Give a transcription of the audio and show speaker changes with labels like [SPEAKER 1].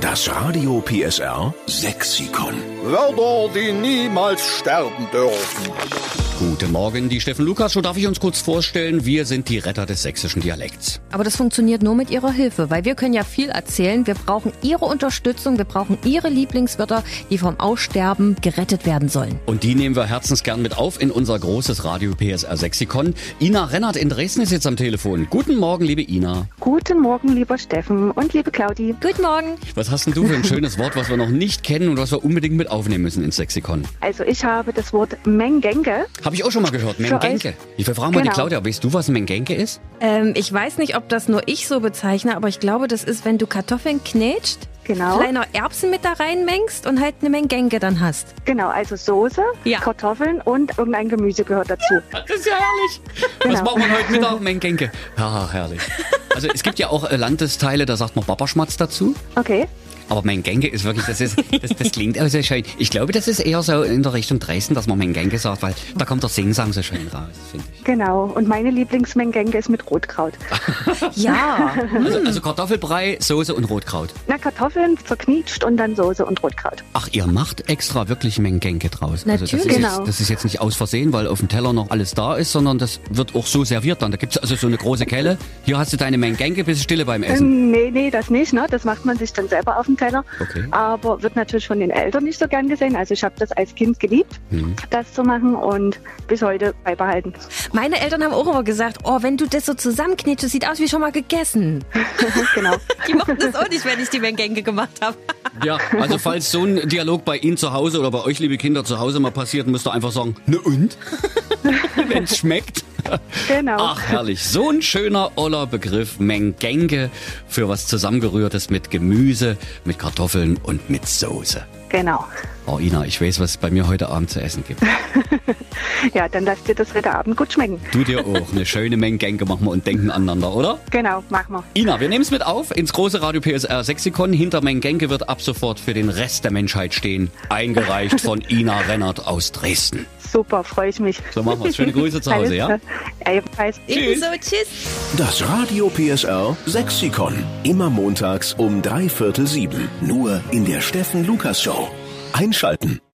[SPEAKER 1] Das Radio PSR Sexikon.
[SPEAKER 2] Wörter, die niemals sterben dürfen.
[SPEAKER 3] Guten Morgen, die Steffen Lukas. Schon darf ich uns kurz vorstellen, wir sind die Retter des sächsischen Dialekts.
[SPEAKER 4] Aber das funktioniert nur mit Ihrer Hilfe, weil wir können ja viel erzählen. Wir brauchen Ihre Unterstützung, wir brauchen Ihre Lieblingswörter, die vom Aussterben gerettet werden sollen.
[SPEAKER 3] Und die nehmen wir herzensgern mit auf in unser großes Radio PSR Sexikon. Ina Rennert in Dresden ist jetzt am Telefon. Guten Morgen, liebe Ina.
[SPEAKER 5] Guten Morgen, lieber Steffen und liebe Claudi.
[SPEAKER 4] Guten Morgen.
[SPEAKER 3] Was hast denn du für ein schönes Wort, was wir noch nicht kennen und was wir unbedingt mit aufnehmen müssen ins Sexikon?
[SPEAKER 5] Also ich habe das Wort Mengenge.
[SPEAKER 3] Habe ich auch schon mal gehört, Mengenke. Ich will fragen mal die
[SPEAKER 5] Genau.
[SPEAKER 3] Claudia, weißt du, was ein Mengenke ist?
[SPEAKER 4] Ähm, ich weiß nicht, ob das nur ich so bezeichne, aber ich glaube, das ist, wenn du Kartoffeln knetscht,
[SPEAKER 5] Genau.
[SPEAKER 4] kleiner Erbsen mit da reinmengst und halt eine Mengenge dann hast.
[SPEAKER 5] Genau, also Soße,
[SPEAKER 4] Ja.
[SPEAKER 5] Kartoffeln und irgendein Gemüse gehört dazu.
[SPEAKER 3] Das ist ja herrlich. Was machen wir heute Mittag, Mengenke? Haha, herrlich. Also es gibt ja auch äh, Landesteile, da sagt man Babaschmatz dazu.
[SPEAKER 5] Okay.
[SPEAKER 3] Aber Mengenge ist wirklich, das, ist, das, das klingt auch so schön. Ich glaube, das ist eher so in der Richtung Dresden, dass man Mengenge sagt, weil da kommt der Singsang so schön raus, finde ich.
[SPEAKER 5] Genau. Und meine Lieblingsmengenge ist mit Rotkraut.
[SPEAKER 4] Ja.
[SPEAKER 3] Also, also Kartoffelbrei, Soße und Rotkraut.
[SPEAKER 5] Na, Kartoffeln zerknietscht und dann Soße und Rotkraut.
[SPEAKER 3] Ach, ihr macht extra wirklich Mengenge draus. Also das, ist
[SPEAKER 4] Natürlich.
[SPEAKER 5] Genau.
[SPEAKER 3] jetzt, das ist jetzt nicht aus Versehen, weil auf dem Teller noch alles da ist, sondern das wird auch so serviert dann. Da gibt es also so eine große Kelle. Hier hast du deine Mengenge, bist stille beim Essen.
[SPEAKER 5] Ähm, nee, nee, das nicht. Ne? Das macht man sich dann selber auf den Teller.
[SPEAKER 3] Okay.
[SPEAKER 5] Aber wird natürlich von den Eltern nicht so gern gesehen. Also ich habe das als Kind geliebt, das zu machen und bis heute beibehalten.
[SPEAKER 4] Meine Eltern haben auch immer gesagt, oh, wenn du das so zusammenknetschst, das sieht aus wie schon mal gegessen.
[SPEAKER 5] genau.
[SPEAKER 4] Die mochten das auch nicht, wenn ich die Mengenge gemacht habe.
[SPEAKER 3] Ja, also falls so ein Dialog bei Ihnen zu Hause oder bei euch, liebe Kinder, zu Hause mal passiert, müsst ihr einfach sagen, ne und? Wenn's schmeckt.
[SPEAKER 5] Genau.
[SPEAKER 3] Ach, herrlich. So ein schöner, oller Begriff. Mengenge für was zusammengerührtes mit Gemüse, mit Kartoffeln und mit Soße.
[SPEAKER 5] Genau.
[SPEAKER 3] Oh, Ina, ich weiß, was es bei mir heute Abend zu essen gibt.
[SPEAKER 5] Ja, dann lass dir das Ritterabend gut schmecken.
[SPEAKER 3] Du dir auch. Eine schöne Mengenge machen wir und denken aneinander, oder?
[SPEAKER 5] Genau, machen wir.
[SPEAKER 3] Ina, wir nehmen es mit auf ins große Radio PSR Sexikon. Hinter Mengenge wird ab sofort für den Rest der Menschheit stehen. Eingereicht von Ina Rennert aus Dresden.
[SPEAKER 5] Super, freue ich mich.
[SPEAKER 3] So machen wir's. Schöne Grüße zu Hause, ja?
[SPEAKER 5] Alles klar. Ebenfalls.
[SPEAKER 4] Ebenso, tschüss.
[SPEAKER 1] Das Radio PSR Sexikon. Immer montags um drei Viertel sieben. Nur in der Steffen Lukas Show. Einschalten.